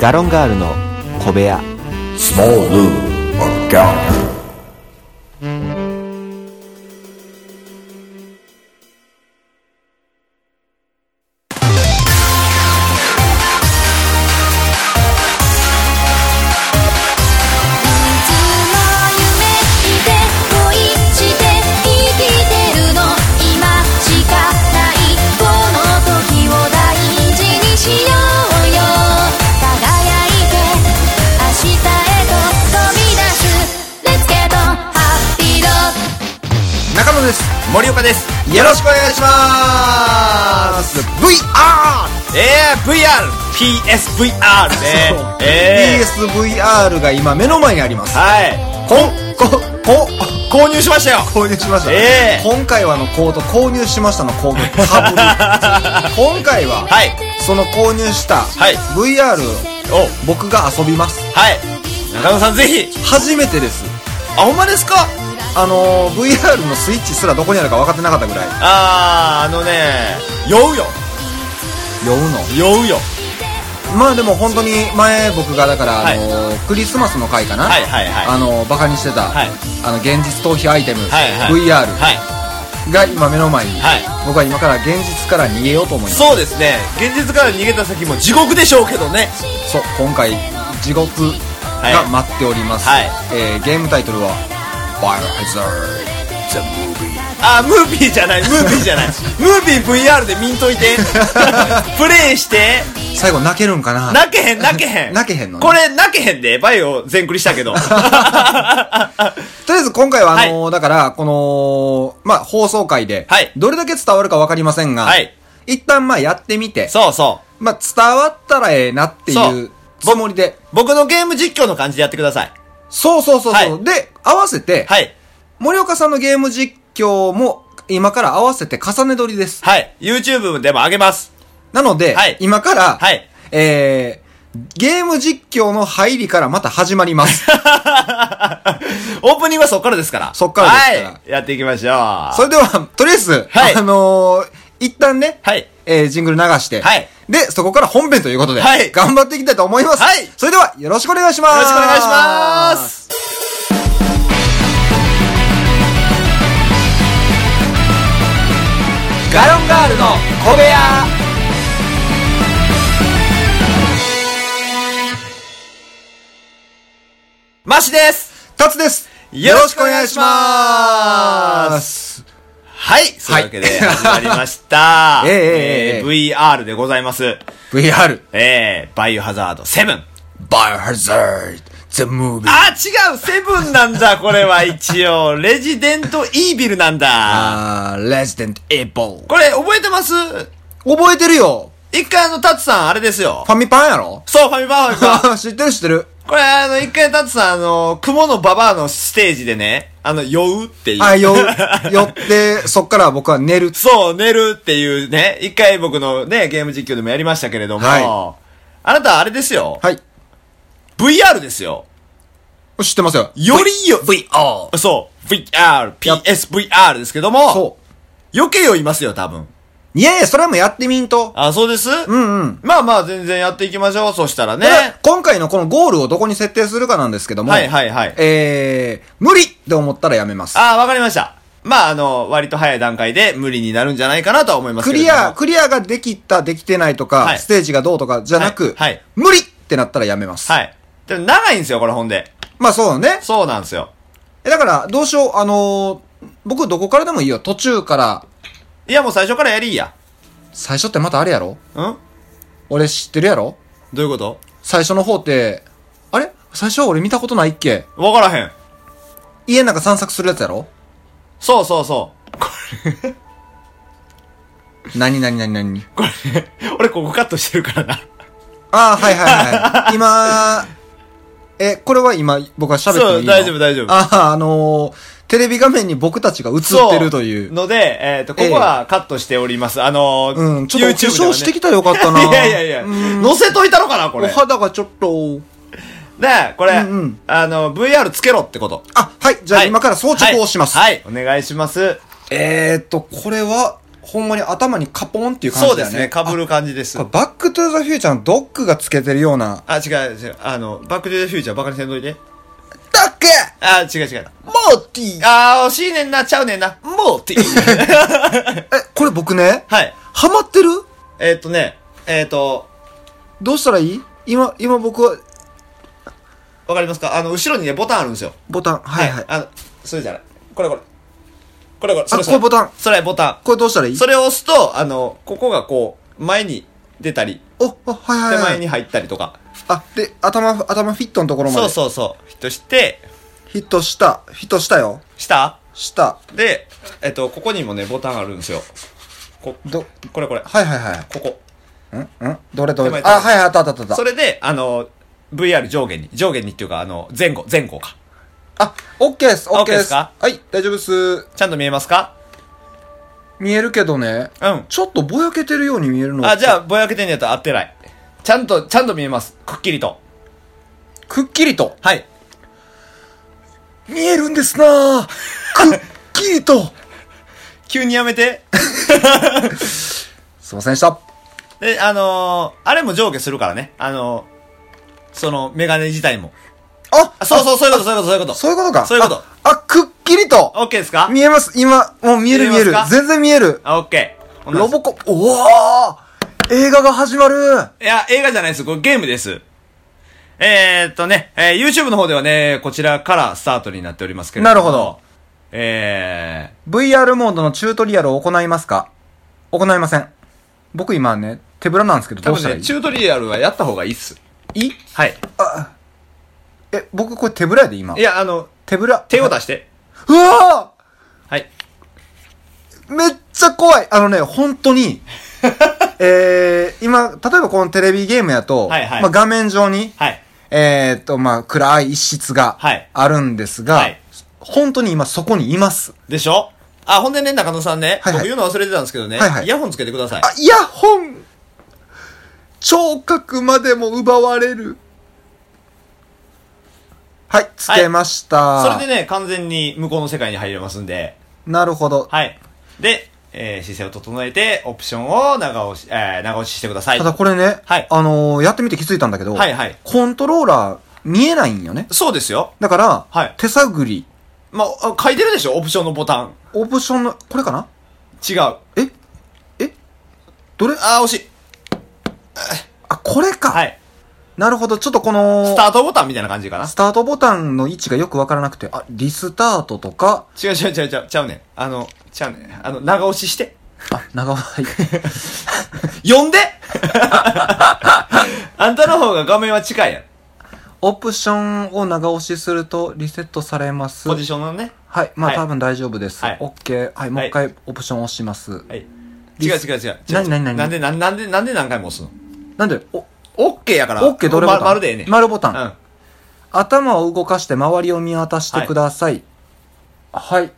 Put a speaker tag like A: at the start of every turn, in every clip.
A: ガロンガールの小部屋
B: Small Lou McGallagher.
C: いつも夢見て恋して生きてるの今しかないこの時を大事にしようよ輝いて明日へと飛び出す Let's get on happy road
D: 中野です森岡ですよろしくお願いします
E: VR!
D: えー、VR PSVR ねえ
E: PSVR が今目の前にあります
D: ー、。はい
E: こん、こ、こ、
D: 購入しましたよ
E: 購入しました。
D: ええ
E: 今回はあのコート、購入しましたのコート、 かぶる。今回は、
D: はい
E: その購入した、
D: はい
E: VR を
D: お
E: 僕が遊びます。
D: はい中野さんぜひ
E: 初めてです。
D: あほんまですか
E: あのー VR のスイッチすらどこにあるか分かってなかったぐらい、
D: あーあのね酔うよ
E: 酔うの。
D: 酔うよ
E: まあでも本当に前僕がだから、
D: はい
E: あのークリスマスの回かな、
D: はいはいはい
E: あのーバカにしてた、
D: はい
E: あの現実逃避アイテム、
D: はいはい
E: VR
D: は
E: が今目の前に、
D: はい
E: 僕は今から現実から逃げようと思いま
D: い
E: す
D: そうですね現実から逃げた先も地獄でしょうけどね
E: そう今回地獄が待っております、
D: はい
E: えーゲームタイトルは「バイオハザード
D: あムービーじゃないムービ ーじゃないムービー VR で見んといてプレイして」
E: 最後泣けるんかな
D: 泣けへん泣けへん
E: 泣けへんのね
D: これ泣けへんでバイオ全クリした けど
E: とりあえず今回はあのーだから、この、まあ、放送回で
D: はい、
E: どれだけ伝わるかわかりませんが、
D: はい
E: 一旦まあやってみて、
D: そうそう
E: まあ、伝わったらええなって
D: そ
E: いう
D: う
E: つもりで。
D: 僕のゲーム実況の感じでやってください
E: そうそうそうそう、
D: はい
E: で、合わせて、
D: はい
E: 森岡さんのゲーム実況も、今から合わせて重ね撮りです。
D: はい YouTube でも上げます
E: なので、
D: はい
E: 今から、
D: はい
E: えー、ゲーム実況の入りからまた始まり ます。
D: オープニングはそっからですから
E: そっからですから
D: はいやっていきましょう
E: それでは、とりあえず、
D: はい
E: あのー一旦ね、
D: はい
E: えー、ジングル流して、
D: はい
E: で、そこから本編ということで、
D: はい
E: 頑張っていきたいと思います。
D: はい
E: それでは、よろしくお願いします。
D: よろしくお願いします
E: ガロンガールの小部屋
D: マシです
E: タツです
D: よろしくお願いしますはいそういうわけで始まりました、
E: ええええええ
D: VR でございます
E: VR
D: えー、バイオハザード7
E: Biohazard The Movie
D: あ、違うセブンなんだ、 これは一応。レジデントイービルなんだ。
E: あー Resident Evil
D: これ、覚えてます
E: 覚えてるよ
D: 一回あの、タツさん、あれですよ
E: フ。ァミパンや ろ
D: そう、ファミマファ ミマ
E: 知ってる知ってる
D: これ、あの、一回タツさん、あの、雲のババアのステージでね、あの、酔うっていう。
E: あ、 酔う、酔って、そっから僕は寝る。
D: そう、寝るっていうね、一回僕のね、ゲーム実況でもやりましたけれども、
E: は
D: あなた、あれですよ。
E: はい。
D: VR ですよ。
E: 知ってますよ。
D: よりよ、
E: VR。
D: そう、VR、PSVR ですけども、。
E: そう
D: 余計酔いますよ、多分。
E: う。いやいや、それはもうやってみんと。
D: あ、そうですうん
E: うん。
D: まあまあ、全然やっていきましょう。そしたらね
E: た。だ今回のこのゴールをどこに設定するかなんですけども。
D: はいはいはい
E: えー、無理って思ったらやめます。
D: ああ、わかりました。まあ、あの、割と早い段階で無理になるんじゃないかなとは思います
E: ク
D: けれど
E: リ
D: も。
E: ア、クリアができた、できてないとか、
D: はい
E: ステージがどうとかじゃなく、
D: はいはい
E: 無理ってなったらやめます。
D: はい。でも長いんですよ、これ、ほんで。
E: まあそうね。
D: そうなんですよ。
E: えだから、どうしよう、あのー僕どこからでもいいよ。途中から、
D: いや、もう最初からやりいや。
E: 最初ってまたあれやろ
D: うん
E: 俺知ってるやろ
D: どういうこと
E: 最初の方って、あれ最初は俺見たことないっけ
D: わからへん。
E: 家の中散策するやつやろ
D: そうそうそう。
E: 何何何何
D: これ、 俺ここカットしてるからな。
E: ああ、はい はいはい。今、え、これは今、僕は喋ってもいいの
D: そう大丈夫大丈夫
E: ああ、あのーテレビ画面に僕たちが映ってるという。
D: ので、えっ、と、ここはカットしております。あのー、
E: うん、ちょっとお化
D: YouTube で
E: 粧
D: はね
E: してきたらよかったな。
D: いやいやいや、
E: うん
D: 載せといたのかな、こ
E: お
D: れ。
E: 肌がちょっと、
D: ねこ
E: う
D: れ、
E: んうん
D: あの、VR つけろってこと。
E: あ、はい、じゃあ
D: はい
E: 今から装着をします。
D: はい、はいお願いします。
E: えーっと、これは、
F: ほんまに頭にカポンっていう感
D: そう
F: じ
D: で
F: だよ
D: す
F: ね。
D: ね。かぶる感じで
F: あ
D: す
F: これ。バックトゥーザフューチャーのドックがつけてるような、
D: あ、違う、違う。あの、バックデューザフューチャーバカにせんといて。
F: ドック
D: あ、違う違う。
F: モーティー
D: あー、惜しいねんな、ちゃうねんな。もうっ ていう。
F: え、これ僕ね、
D: はい。
F: ハマってる
D: えーっとね、えーっと、
F: どうしたらいい今、今僕は、
D: わかりますかあの、後ろにね、ボタンあるんですよ。
F: ボタン、はいはい。
D: あの、それじゃない。これこれ。これこれ。それ
F: あ
D: それ
F: これボタン
D: それボタ
F: これどうしたらい
D: ン。
F: い
D: それを押すと、あの、ここがこう、前に出たり、
F: お、お、はいはい
D: 手
F: は
D: 前
F: い。
D: に入ったりとか。
F: あ、で、頭、頭フィットのところま
D: そう
F: で。
D: そうそう。ヒットして、
F: ヒットした。ヒットしたよ。
D: した
F: した。
D: で、えっと、ここにもね、ボタンあるんですよ。こ、
F: ど、
D: これこれ。
F: はいはいはい。
D: ここ。
F: んんどれど
D: 手前
F: れ。あ、はいはい、あったあったあった。
D: それで、あの、VR 上下に、上下にっていうか、あの、前後、前後か。
F: あ、オッケーです、オ
D: あ
F: ッケー
D: OK
F: で
D: です
F: す。
D: か
F: はい、大丈夫です。
D: ちゃんと見えますか
F: 見えるけどね。
D: うん
F: ちょっとぼやけてるように見えるの。
D: あ、じゃあ、ぼやけてんやったら合ってない。ちゃんと、ちゃんと見えます。くっきりと。
F: くっきりと。
D: はい。
F: 見えるんですなぁ。 くっきりと。
D: 急にやめて。
F: すいませんでした。
D: で、あのーあれも上下するからね。あのーその、メガネ自体も。
F: あ
D: あ、そうそう、そういうこと、そういうこと、そういうこと。
F: そういうことか。
D: そういうこと。
F: あ、あくっきりと。
D: オッケーですか
F: 見えます。今、もう見える
D: 見
F: 見
D: えます
F: える
D: か。
F: 全然見える。
D: あ、オッケー。同じ
F: ロボコ、おー映画が始まる
D: いや、映画じゃないです。これゲームです。えー、っとね、えー YouTube の方ではね、こちらからスタートになっておりますけれども。
F: なるほど。
D: え
F: !VR モードのチュートリアルを行いますか行いません。僕今ね、手ぶらなんですけど、
D: ー、多
F: どうし
D: 分
F: たらい
D: ね、
F: い
D: チュートリアルはやった方がいいっす。
F: い
D: はい。
F: え、僕これ手ぶらやで今
D: い。や、あの、
F: 手ぶら。
D: 手を出して。
F: うわ
D: はい。
F: ーめっちゃ怖いあのね、本 当に、えー、今、例えばこのテレビゲームやと、
D: はいはい
F: まあ、画面上に、
D: はい。
F: えーっと、まあ、暗い一室が
D: はい
F: あるんですが、
D: はい
F: 本当に今そこにいます。
D: でしょあ、ほんでね、中野さんね、
F: はいはい
D: 僕言うの忘れてたんですけどね、
F: はいはい
D: イヤホンつけてください。
F: あ、イヤホン聴覚までも奪われる。はい、つけました。
D: それでね、完全に向こうの世界に入れますんで、
F: なるほど。
D: はい。で、えー姿勢を整えて、オプションを長押し、えー長押ししてください
F: た。だこれね、
D: はい
F: あのーやってみて気づいたんだけど、
D: はいはい
F: コントローラー見えないんよね。
D: そうですよ。
F: だから、
D: はい
F: 手探り、
D: まあ、あ書いてるでしょオプションのボタン。
F: オプションの、これかな
D: 違う。あ
F: ええどれ
D: ー、惜しい。
F: あ、これか、
D: はい。
F: なるほど、ちょっとこの、
D: スタートボタンみたいな感じかな。
F: スタートボタンの位置がよくわからなくて、あ、リスタートとか、
D: 違う違う違う違う、ちゃうねん。あの、ちゃうねん。あの、長押しして。
F: あ、長 尾、はい。
D: 呼んであんたの方が画面は近いやん。
F: オプションを長押しするとリセットされます。
D: ポジションのね。
F: はい。まあ、
D: はい
F: 多分大丈夫です。
D: はい
F: オッケー。はい。もう一回オプション押します。
D: はい。違
F: リ
D: う
F: ス
D: 違う違う。
F: 何何何
D: なんで、なんなんで、なんで何回も押すの
F: なんで、お、
D: オッケーやから。
F: オッケーどれボタン
D: まるでええねん。
F: 丸ボタン
D: うん。
F: 頭を動かして周りを見渡してください。はい。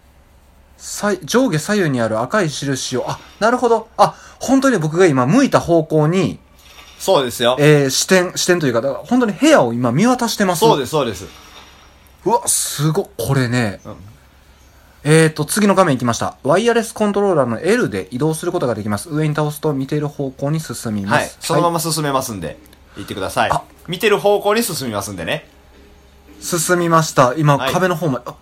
F: さい上下左右にある赤い印を、あ、なるほど。あ、本当に僕が今向いた方向に、
D: そうですよ。
F: えー、視点、視点というか、だから本当に部屋を今見渡してます。。
D: そうですす、そうです。
F: うわ、すごっ、これね。
D: うん
F: えーと、次の画面行きました。ワイヤレスコントローラーの L で移動することができます。上に倒すと見ている方向に進みま
D: は
F: す。
D: い。そのま
F: はい
D: ま進めますんで、行ってください
F: あ。
D: 見てる方向に進みますんでね。
F: 進みました。今、
D: はい
F: 壁の方まで。あ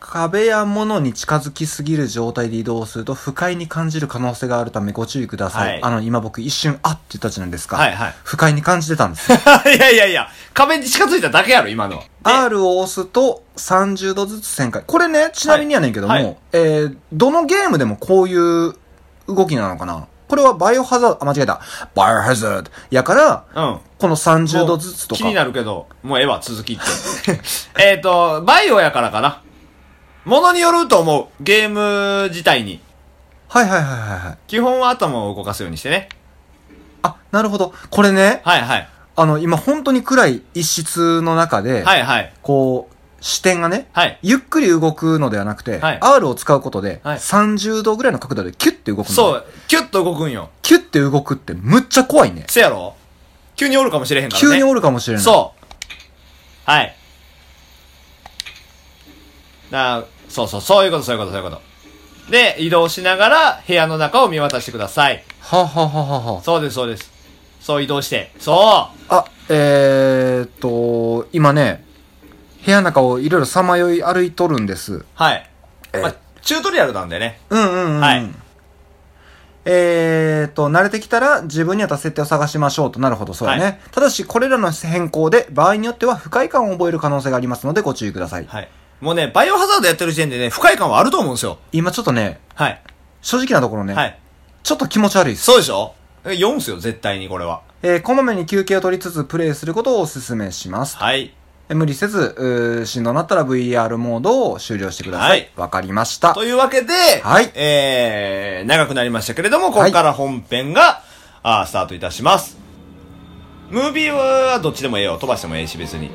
F: 壁や物に近づきすぎる状態で移動すると不快に感じる可能性があるためご注意ください。
D: はい
F: あの、今僕一瞬、あって言ったじゃないですか。
D: はいはい
F: 不快に感じてた んですよ。
D: いやいやいや、壁に近づいただけやろ、今のは。で
F: R を押すと30度ずつ旋回。これね、ちなみにやねんけども、
D: はいはい
F: えー、どのゲームでもこういう動きなのかなこれはバイオハザード、あ、間違えた。バイオハザード。やから、
D: うん。
F: この30
D: もう
F: 度ずつとか。
D: 気になるけど、もうええわ、続きって。 えっと、バイオやからかな。ものによると思う。ゲーム自体に。
F: はいはいはいはいはい。
D: 基本は頭を動かすようにしてね。
F: あ、なるほど。これね、
D: はいはい。
F: あの、今本当に暗い一室の中で、
D: はいはい。
F: こう、視点がね、
D: はい
F: ゆっくり動くのではなくて、
D: はい
F: R を使うことで、
D: はい
F: 30度ぐらいの角度でキュッて動くの。
D: そ。う、キュッと動くんよ。
F: キュッて動くってむっちゃ怖いね。
D: せやろ急におるかもしれへんからね。
F: 急におるかもしれない。
D: そう。はい。だそうそう、そういうこと、そういうこと、そういうこと。で、移動しながら部屋の中を見渡してください。
F: はあはあはあはあは
D: そうです、そうです。そう移動して。そ
F: あ。あ、えーっと、今ね、部屋の中をいろいろさまよい歩いとるんです
D: う。。はい。
F: え
D: まあ、チュートリアルなんでね。
F: うんうんうん。
D: はい。
F: えーっと、慣れてきたら自分に合った設定を探しましょうとなるほどそうだね。
D: は
F: ただし、これらの変更で場合によっては不快感を覚える可能性がありますのでご注意ください。
D: はい。もうね、バイオハザードやってる時点でね、不快感はあると思うんですよ。
F: 今ちょっとね、
D: はい。
F: 正直なところね、
D: はい。
F: ちょっと気持ち悪いです。
D: そうでしょ読むっすよ、絶対にこれは。
F: えーこまめに休憩を取りつつプレイすることをお勧めします。
D: はい。
F: え無理せず、うーしんどなったら VR モードを終了してくださ
D: はいい。
F: わ、かりました
D: と。いうわけで、
F: はい
D: えー、長くなりましたけれども、ここから本編が、あースタートいたします。ムービーはどっちでもええよ。飛ばしてもええし、別に。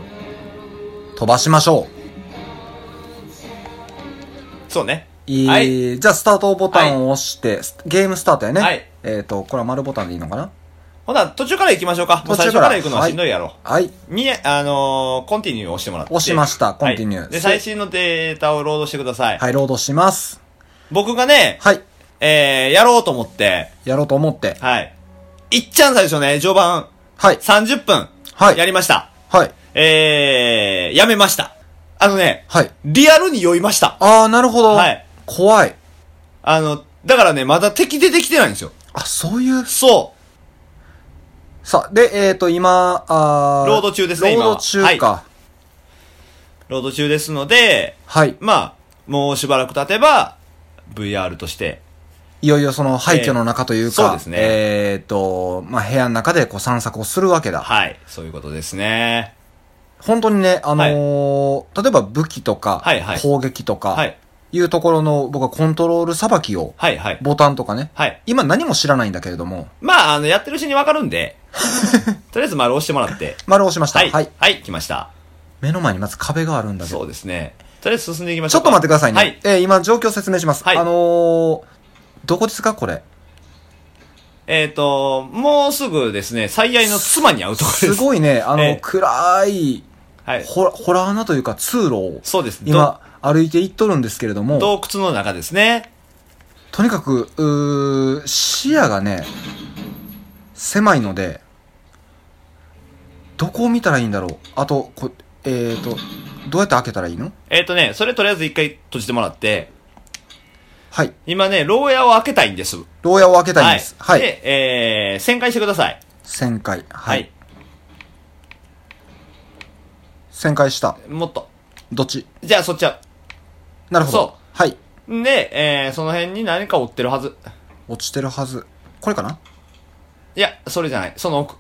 F: 飛ばしましょ
D: そうね。
F: う。いい、
D: はい。
F: じゃあ、スタートボタンを押して、スゲームスタートやね。
D: はい
F: えっ、と、これは丸ボタンでいいのかな
D: ほな、途中から行きましょうか。もう最初
F: 途中
D: か
F: から
D: ら行くのはしんどいやろ。
F: はい。
D: みえ、あのー、コンティニューを押してもらって。
F: 押しましたコンティニュー
D: はいで、最新のデータをロードしてください。
F: はい、ロードします。
D: 僕がね、
F: はい。
D: えー、やろうと思って、
F: やろうと思って。
D: はい。いっちゃん最初ね、序盤、
F: はい。
D: 30分、
F: はい
D: やりました。
F: はい。
D: えー、やめました。あのね、
F: はい。
D: リアルに酔いました。
F: あー、なるほど。
D: はい
F: 怖い。
D: あの、だからね、まだ敵出てきてないんですよ。
F: あ、そういう。
D: そ
F: さあ、で、えっ、と、今、あ
D: ロード中ですね
F: ロー
D: 今は
F: ド中か。
D: う。ロード中ですので、
F: はい。
D: まあ、もうしばらく経てば、VR として、
F: いよいよその廃墟の中というか、
D: えーそうですね
F: えっ、と、まあ、部屋の中でこう散策をするわけだ。
D: はい、そういうことですね。
F: 本当にね、あのー例えば武器とか、
D: はいはい
F: 攻撃とか、
D: はいい、
F: うところの僕はコントロールさばきを、
D: はい、はい。
F: ボタンとかね、
D: はい。
F: 今何も知らないんだけれども、
D: まあ、あの、やってるうちにわかるん で、とりあえず丸押してもらって。
F: 丸を押しました。
D: は
F: はい。
D: い。はい、来ました。
F: 目の前にまず壁があるんだけ
D: そ
F: ど。
D: うですね。とりあえず進んでいきまし
F: ちょ
D: ょう
F: っと
D: か。
F: 待ってくださいね。
D: はい。
F: えー今状況を説明します。
D: はい
F: あのーどこですかこれ。
D: えっ、と、もうすぐですね、最愛の妻に会うところですす。
F: ごいね、あの、
D: えー
F: 暗い、
D: はい。
F: ほら、ほら穴というか通路を、
D: そうです。
F: 今、歩いていっとるんですけれども。
D: ど。洞窟の中ですね。
F: とにかく、うー視野がね、狭いので、どこを見たらいいんだろう。あと、こえーと、どうやって開けたらいいの
D: えっ、とね、それとりあえず一回閉じてもらって、
F: はい。
D: 今ね、牢屋を開けたいんです。
F: 牢屋を開けたいんです。はい。
D: で、えー、旋回してください。
F: 旋回。は
D: はいい。。
F: 旋回した。
D: もっと。
F: どっち
D: じゃあそっちは。
F: なるほ
D: そう
F: ど。はい。
D: んで、えー、その辺に何か追ってるはず。
F: 落ちてるはず。これかない
D: や、それじゃない。その奥。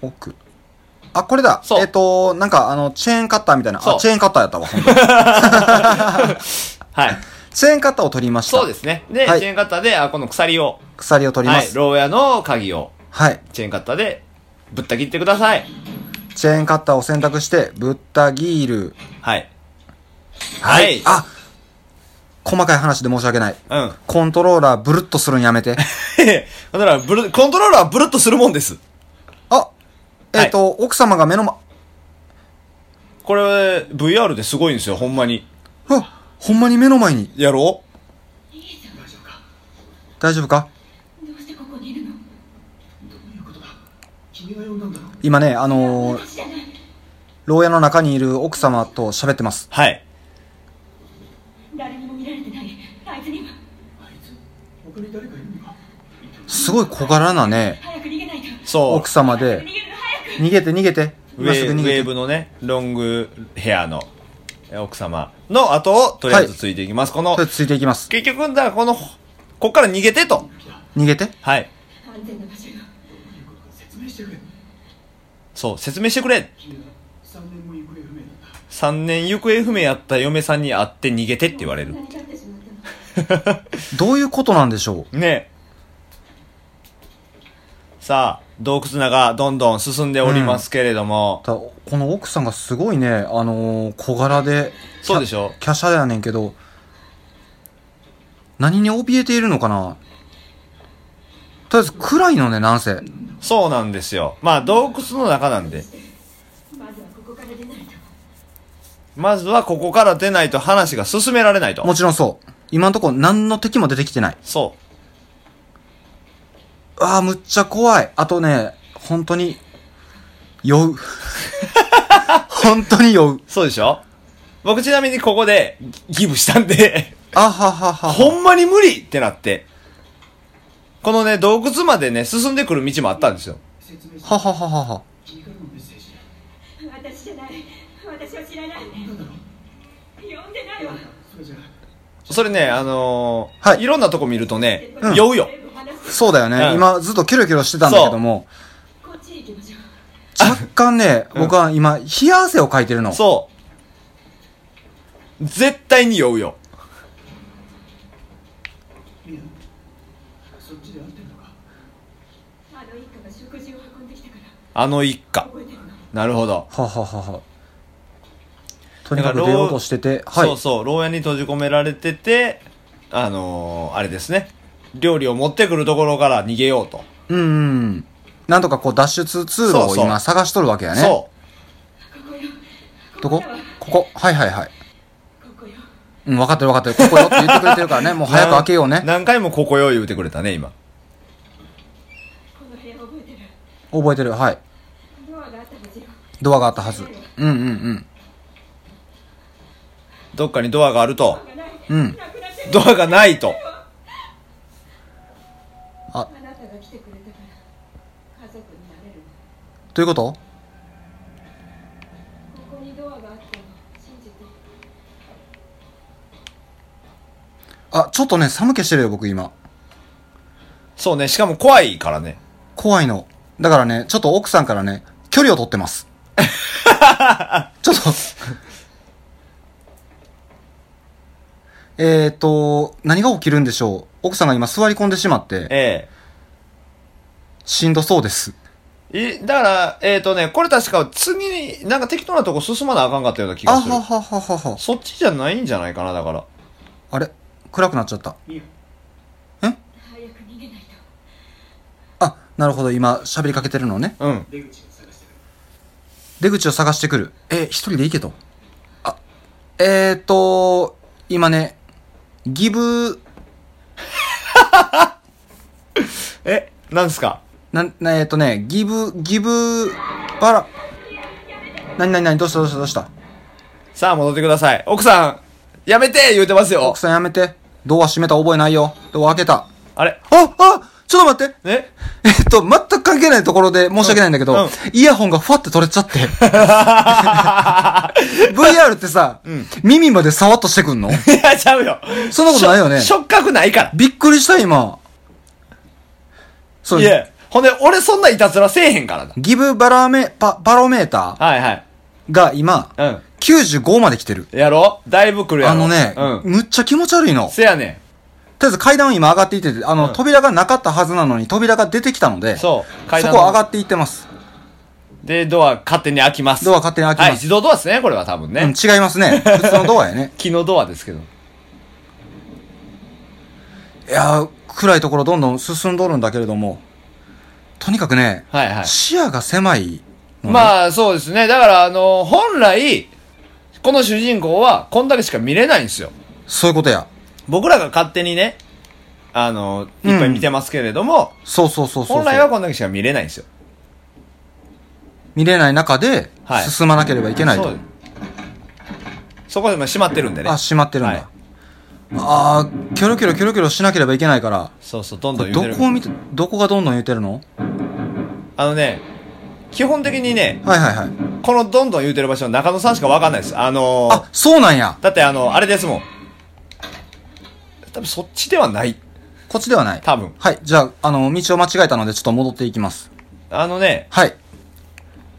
F: 奥。あ、これだ。
D: そう
F: えっ、と、なんか、あの、チェーンカッターみたいな。
D: そ
F: あ、
D: う
F: チェーンカッターやったわ、ほんと
D: はい。
F: チェーンカッターを取りました。。
D: そうですすね。で、
F: はい
D: チェーンカッターで、あ、この鎖を。
F: 鎖を取りま
D: はい。
F: す。
D: 牢屋の鍵を、
F: はい。
D: チェーンカッターで、ぶった切ってください。
F: チェーンカッターを選択して、ぶったギール。
D: はい。はい
F: あ細かい話で申し訳ない。
D: うん。
F: コントローラーブルッとするんやめて。
D: だから、ブル、コントローラーはブルッとするもんです。
F: あえっ、と、奥様が目の
D: これ、VR ですごいんですよ、ほんまに。
F: 前、うわほんまに目の前に。
D: やろう
F: 大丈夫か
G: どうしてここにいるの
F: 今ね、あのー、
G: 私じゃない
F: 牢屋の中にいる奥様と喋ってます。
D: はい。
G: 誰にも見られてないあいつには
F: すごい小柄なね、
G: 早く逃げないと
D: そう。
F: 奥様で
G: 逃、げるの早く
F: 逃げて逃げて。
D: ウェ
F: 今すぐ
D: ーウ
F: 逃
D: ェ
F: げ
D: ーブ
F: て。
D: のね、ロングヘアのえ奥様の後をとりあえずついていきます。この
F: それ、ついていきます。
D: 結局、だからこの、こっから逃げてと。
F: 逃げて。
D: はい。
G: 安全な場所よ
D: そう、説明してくれ。3年行方不明やった嫁さんに会って逃げてって言われる。
G: 何があってしまっても
F: どういうことなんでしょう
D: ねえ。さあ、洞窟がどんどん進んでおりますけれども、
F: ただこの奥さんがすごいね、あのー小柄で、
D: そうでしょ
F: 華奢やねんけど、何に怯えているのかなとりあえず暗いのね、なんせ。
D: そうなんですよ。まあ、洞窟の中なんで。
G: まずはここから出ないと
D: まずはここから出ないと話が進められないと。
F: もちろんそう。今んとこ何の敵も出てきてない。
D: そう
F: ああ、むっちゃ怖い。あとね、本当に、酔 う。本当に酔う。
D: そうでしょ僕ちなみにここでギブしたん で、
F: あはははは。
D: ほんまに無理ってなって。このね、洞窟までね、進んでくる道もあったんですよ。
F: ははははは。
G: 私じゃない私は知らない呼んでないわ
D: それね、あのー
F: はい
D: いろんなとこ見るとね、
F: うん
D: 酔うよ。
G: 全部話す
F: そうだよね。
D: うん
F: 今ずっとキョロキョロしてたんだけども、
G: こっち行きましょう
F: 若 干ね、
D: ん
F: 僕は今、冷や汗をかいてるの。
D: そう。絶対に酔うよ。
G: あの一家が食事を運んできたから
D: あの一家。
G: 覚えてるの
D: なるほど。
F: はははは。とにかく
D: だから
F: 出ようとしてて、は
D: そう
F: い。
D: そう、牢屋に閉じ込められてて、あのーあれですね。料理を持ってくるところから逃げようと。
F: うんうん。なんとかこう脱出通路
D: そう
F: を
D: そう
F: 今探しとるわけやね。
D: そ
F: どこ
G: だわ
F: ここ。はいはいはい。
G: ここよ
F: うん、分かってる分かってる。ここよって言ってくれて るからね。もう
D: う。
F: 早く開けよう
D: な
F: ね。
D: 何回もここよ言うてくれたね、今。
G: この部屋覚えてる
F: 覚えてる。はい。
G: ドアがあったはずよ
F: ドアがあったはず。うんうんうん。
D: どっかにドアがあると。
G: がない
F: うん。
G: なくなってる
D: ドアがないと。
G: あなたが来てくれたから家族になれる
F: どういうこと
G: ここにドアがあったの信じて
F: あ、ちょっとね、寒気してるよ、僕今。
D: そうね、しかも怖いからね。
F: 怖いの。だからね、ちょっと奥さんからね、距離を取っ てます。ちょっと。えっと、何が起きるんでしょう奥さんが今座り込んでしまって、
D: え
F: しんどそうです。
D: えいだから、えっ、とね、これ確か次に、なんか適当なとこ進まなあかんかったような気
F: あ
D: がする
F: は。はははは。
D: そっちじゃないんじゃないかな、だから。
F: あれ暗くなっちゃった。
G: 早く逃げないと
F: あ、なるほど、今喋りかけてるのね。
D: うん。
F: 出口を探してくる。え、一人で行けと。あ、えーと、今ね、ギブ、
D: え、なんすか
F: なん、なえっ、とね、ギブ、ギブ、バラ。なになになにどうしたどうしたどうした
D: さあ、戻ってください。奥さん、やめて言うてますよ
F: 奥。さんやめて。ドア閉めた覚えないよ。ドア開けた。あ
D: あれ
F: あちょっと待って
D: え
F: えっと、全く関係ないところで申し訳ないんだけど、
D: うんうん
F: イヤホンがふわって取れちゃって。VR ってさ、耳までさわっとしてくん の
D: いや、ちゃうよ。
F: そんなことないよね
D: しょ触覚ないから。
F: びっくりした今。そう、
D: いや、ほんで、俺そんないたずらせえへんからだ。
F: ギブバラメ、パ、バロメータ
D: はいはい。
F: ーが今、
D: うん。
F: 95まで来てる。
D: やろだいぶ来るやろ。
F: あのね、
D: うん。
F: むっちゃ気持ち悪いの。と
D: せやね
F: りあえず階段を今上がっていってて、あの、
D: うん
F: 扉がなかったはずなのに扉が出てきたので、
D: ん。そう。
F: そこを上がっていってます。
D: で、ドア勝手に開きます。
F: ドア勝手に開きま
D: は
F: す
D: い、自動ドアですね、これは多分ね。。
F: うん、違いますね。普通のドアやね
D: 木のドアですけど。
F: いやー、暗いところどんどん進んどるんだけれども、とにかくね、
D: はいはい。
F: 視野が狭いのね、
D: まあ、そうですね。だから、あの、本来、この主人公は、こんだけしか見れないんですよ。
F: そういうことや。
D: 僕らが勝手にね、あの、いっぱい見てますけれども、
F: そうそうそうそうそう。
D: 本来はこんだけしか見れないんですよ。
F: 見れない中で
D: はい、
F: 進まなければいけないと。
D: そうそこでも閉まってるんでね。
F: あ、閉まってるんだ。
D: はい
F: あー、キョロキョロキョロキョロしなければいけないから、
D: そうそう、どん
F: こ
D: どん
F: れ
D: 言う
F: ど
D: てる
F: こ。を見て、どこがどんどん言うてるの
D: あのね、基本的にね、
F: はいはいはい。
D: このどんどん言うてる場所、中野さんしかわかんないです。あのー
F: あ、そうなんや。
D: だってあの、あれですもん。多分そっちではない。
F: こっちではない。
D: 多分
F: はい。じゃあ、あの、道を間違えたので、ちょっと戻っていきます。
D: あのね、
F: はい。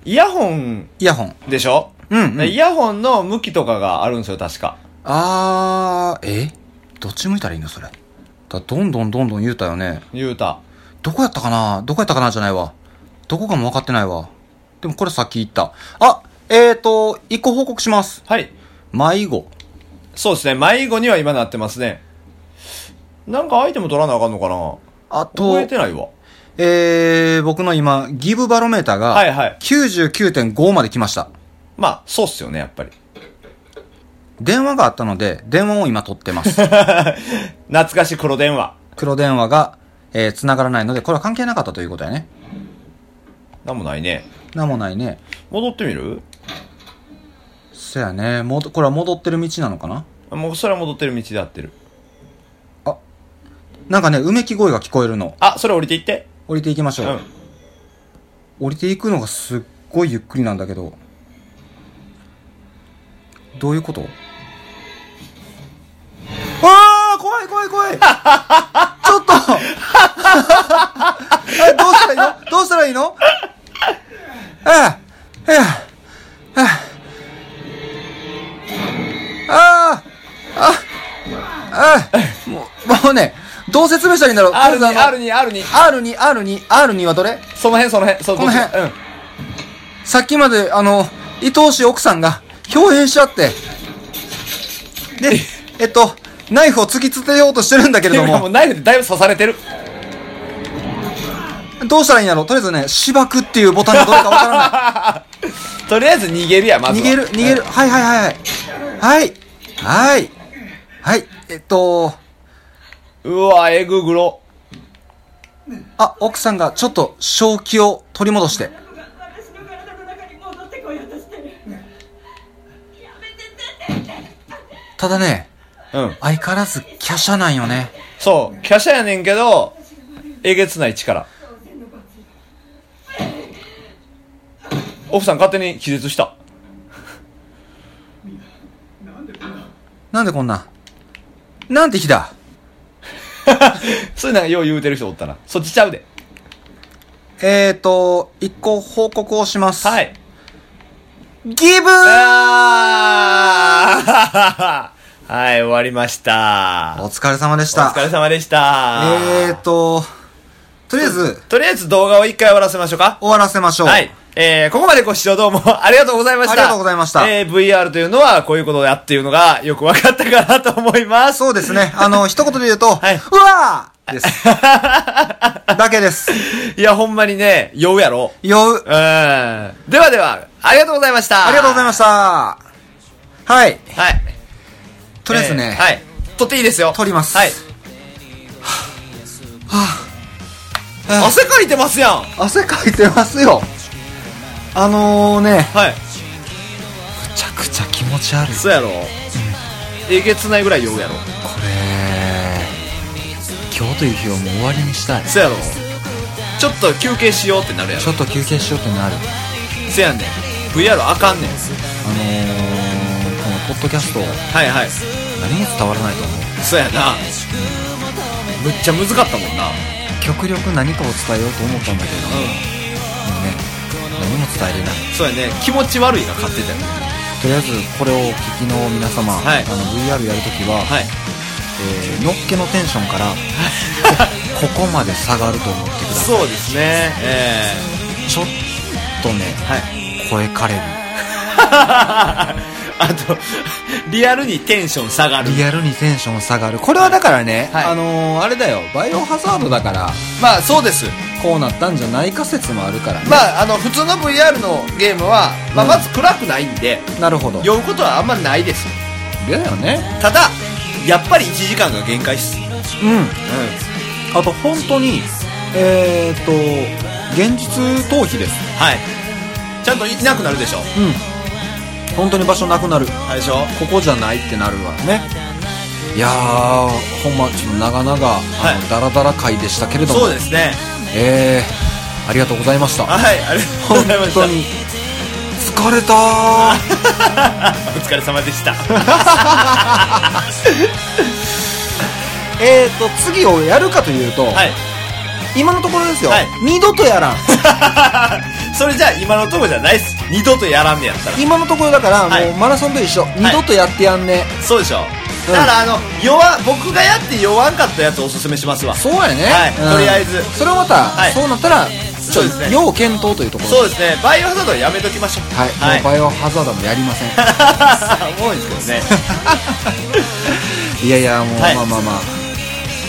D: イヤホン
F: イヤホン。
D: でしょ
F: うんうん
D: イヤホンの向きとかがあるんですよ、確か。
F: あー、えどっち向いたらいいのそれ。だどんどんどんどん言うたよね。
D: 言うた。
F: どこやったかなどこやったかなじゃないわ。どこかも分かってないわ。でもこれさっき言った。あ、えーと、一個報告します。
D: はい。
F: 迷子。
D: そうですね、迷子には今なってますね。なんかアイテム取らなあかんのかな
F: あと
D: 覚え、てないわ。
F: えー、僕の今、ギブバロメーター
D: はい
F: が、
D: はい。
F: 99.5まで来ました。
D: まあ、そうっすよね、やっぱり。
F: 電話があったので、電話を今取ってます。
D: 懐かしい黒電話。
F: 黒電話が、えー、繋がらないので、これは関係なかったということやね。
D: なんもないね。
F: なんもないね。
D: 戻ってみる
F: そやね。もどこれは戻ってる道なのかな
D: あもうそれは戻ってる道で合ってる。
F: なんかね、うめき声が聞こえるの。
D: あ、それ降りていって。
F: 降りていきまし
D: う
F: ょう。
D: ん。
F: 降りていくのがすっごいゆっくりなんだけど。どういうことあー怖い怖い 怖いちょっとえ どうしたらいいのどうしたらいいのああああああああもうもうね、どう説明したらいいんだろう
D: R に、
F: まずあの
D: R に、R に。
F: R2、R2、R2 はどれ
D: その辺、その辺。そ
F: この辺
D: どっちうん。
F: さっきまで、あの、伊藤氏奥さんが、表変しちゃって。で、えっと、ナイフを突きつけようとしてるんだけれ
D: ていう
F: ど
D: かもう
F: も、
D: ナイフでだいぶ刺されてる。
F: どうしたらいいんだろうとりあえずね、芝くっていうボタンがどれかわからな
D: とりあえず逃げるや、ま
F: い。
D: ず
F: 逃
D: は。
F: げる、逃げる。はいはいはいはい。はい。はい。はい。えっと、
D: うん。うわ、えぐぐろ。
F: あ、奥さんがちょっと正気を取り戻して。
G: 私の体の中に戻ってこようとしてるやめて出てって
F: ただね、
D: うん。
F: 相変わらず華奢なんよね。
D: そう、華奢やねんけど、えげつない力。奥さん勝手に気絶した。
F: なんでこんな。なんて日だ。
D: そういうのよう言うてる人おったな。そっちちゃうで。
F: えーと、一個報告をします。
D: は。い。
F: ギブ
D: あーはい、終わりました。
F: お疲れ様でし
D: お
F: た。
D: 疲れ様でした。
F: えーと、とりあえず、
D: とりあえず動画を一回終わらせましょうか。
F: 終わらせましょう。
D: はい。えー、ここまでご視聴どうも ありがとうございました。
F: ありがとうございました
D: えー、VR というのはこういうことだっていうのがよく分かったかなと思います。
F: そうですね。あ の、一言で言うと、
D: はいう
F: わー です。だけです。
D: いや、ほんまにね、酔うやろ。
F: 酔う
D: うん。。ではでは、ありがとうございました。。
F: ありがとうございましたた。はい。
D: はい。
F: とりあえずね、
D: ーはい。撮っていいですよ。
F: 撮ります
D: はい。
F: はあ
D: 汗かいてますやん。は
F: 汗かいてますよ。あのーね、
D: い。
F: めちゃくちゃ気持ち悪い。
D: そうやろ。えげつないぐらい酔うやろ。
F: これ、今日という日をもう終わりにしたい。
D: そうやろ。ちょっと休憩しようってなるや
F: ちょ
D: ろ。
F: っと休憩しようってなる。
D: せやねん。VR あかんねん。
F: あのー、このポッドキャスト、
D: はいはい。
F: 何も伝わらないと思う。
D: そうやな。むっちゃむずかったもんな。
F: 極力何かを伝えようと思ったんだけど、もう
D: う
F: ね、何も伝えれない。
D: ん。そうやね。気持ち悪いが勝ってたよね。
F: とりあえず、これをお聞きの皆様、
D: はい
F: あの VR やるときは、
D: はい。
F: えーのっけのテンションから、ここまで下がると思ってください。
D: そうですね。え
F: ちょっとね、
D: えはい。
F: 声枯れる。
D: あと、リアルにテンション下がる。
F: リアルにテンション下がる。これはだからね、
D: はい
F: あのー、あれだよ、バイオハザードだから、
D: まあそうです。
F: こうなったんじゃないか説もあるからね。
D: まああの、普通の VR のゲームは、まあ
F: うん
D: まず暗くないんで、
F: なるほど。
D: 酔うことはあんまないです。
F: だよね。
D: ただ、やっぱり1時間が限界っす。うん。
F: うん。あと本当にえー、っと現実逃避です
D: はい。ちゃんといなくなるでしょ。
F: うん本当に場所なくなる
D: あれでしょ
F: ここじゃないってなるわねいやーほんまちょっと長々、あ
D: は
F: のダラダラ回でしたけれども
D: そうですね。
F: えー、ありがとうございました
D: はい、ありがとうございま
F: 本
D: した。
F: 当に疲れたー
D: お疲れ様でした。
F: えーと次をやるかというと、
D: はい。
F: 今のところですよ、
D: はい
F: 二度とやらん
D: それじゃあ今のとこじゃないっす。二度とやらんねやったら。
F: 今のところだから、
D: はい
F: もうマラソンと一緒、二度とやってやんね
D: そうでしょ
F: う。ん
D: だからあの、弱、僕がやって弱んかったやつをおすすめしますわ。
F: そうやね、
D: はいとりあえず
F: それをまた、
D: はい
F: そうなったらちょ
D: そうですね
F: 要検討というところ
D: そうですね。バイオハザードはやめときましょう。
F: はい、
D: はい。
F: もうバイオハザードもやりません
D: 思うんですけどね。
F: いやいやもう、
D: はい
F: まあまあまあ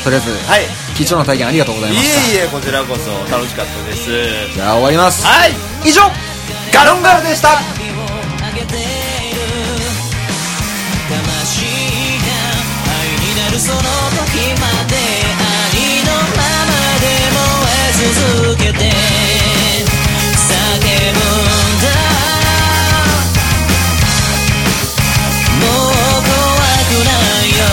F: とりあえず、
D: はい。
F: 貴重な体験ありがとうござい
D: い
F: ました
D: えいえ、こちらこそ楽しかったです。
F: じゃあ終わります、
D: はい。
F: 以上ガロンガールでした
H: 「黙っている」「黙っている」るその時までありのままで燃え続けて叫ぶんだもう怖くないよ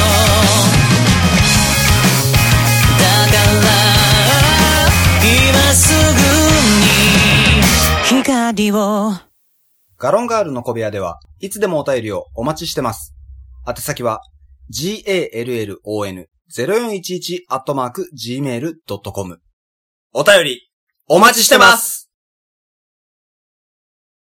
H: だから今すぐに光を
F: ガロンガールの小部屋では、いつでもお便りをお待ちしてます。宛先は、gallon0411-gmail.com。
I: お便り、
F: お待ちしてます